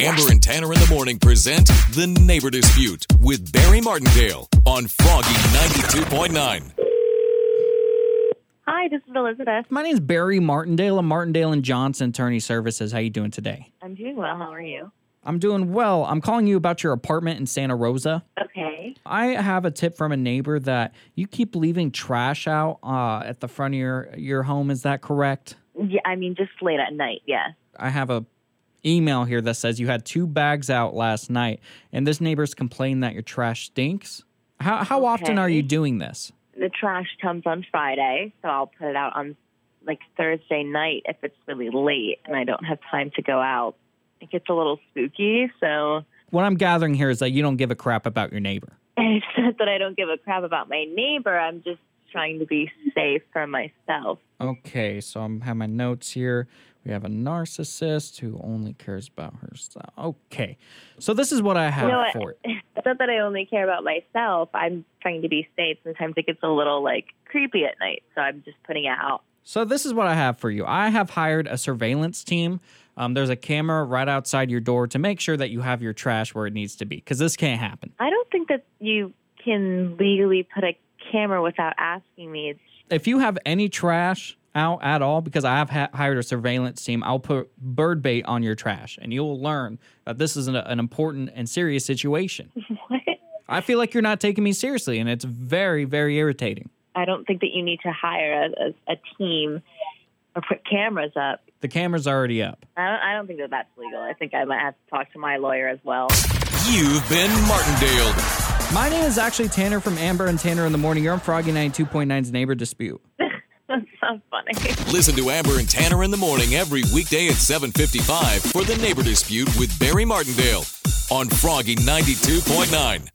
Amber and Tanner in the morning present The Neighbor Dispute with Barry Martindale on Froggy 92.9. Hi, this is Elizabeth. My name's Barry Martindale. I'm Martindale and Johnson Attorney Services. How you doing today? I'm doing well. How are you? I'm doing well. I'm calling you about your apartment in Santa Rosa. Okay. I have a tip from a neighbor that you keep leaving trash out uh, at the front of your your home. Is that correct? Yeah, I mean, just late at night. Yeah. I have a email here that says you had two bags out last night, and this neighbor's complained that your trash stinks. How how often are Okay. you doing this? The trash comes on Friday, so I'll put it out on like Thursday night if it's really late and I don't have time to go out. It gets a little spooky, so What I'm gathering here is that you don't give a crap about your neighbor. it's not that I don't give a crap about my neighbor. I'm just trying to be safe for myself. Okay, so I'm have my notes here. We have a narcissist who only cares about herself. Okay, so this is what I have You know what? for it. It's not that I only care about myself. I'm trying to be safe. Sometimes it gets a little like creepy at night, so I'm just putting it out. So this is what I have for you. I have hired a surveillance team. Um, there's a camera right outside your door to make sure that you have your trash where it needs to be, because this can't happen. I don't think that you can legally put a camera without asking me. If you have any trash out at all, because I have ha- hired a surveillance team, I'll put bird bait on your trash, and you'll learn that this is an, an important and serious situation. What? I feel like you're not taking me seriously, and it's very, very irritating. I don't think that you need to hire a, a, a team or put cameras up. The camera's already up. I don't, I don't think that that's legal. I think I might have to talk to my lawyer as well. You've been Martindale. My name is actually Tanner from Amber and Tanner in the Morning. You're on Froggy 92.9's Neighbor Dispute. That's so funny. Listen to Amber and Tanner in the morning every weekday at 7:55 for The Neighbor Dispute with Barry Martindale on Froggy 92.9.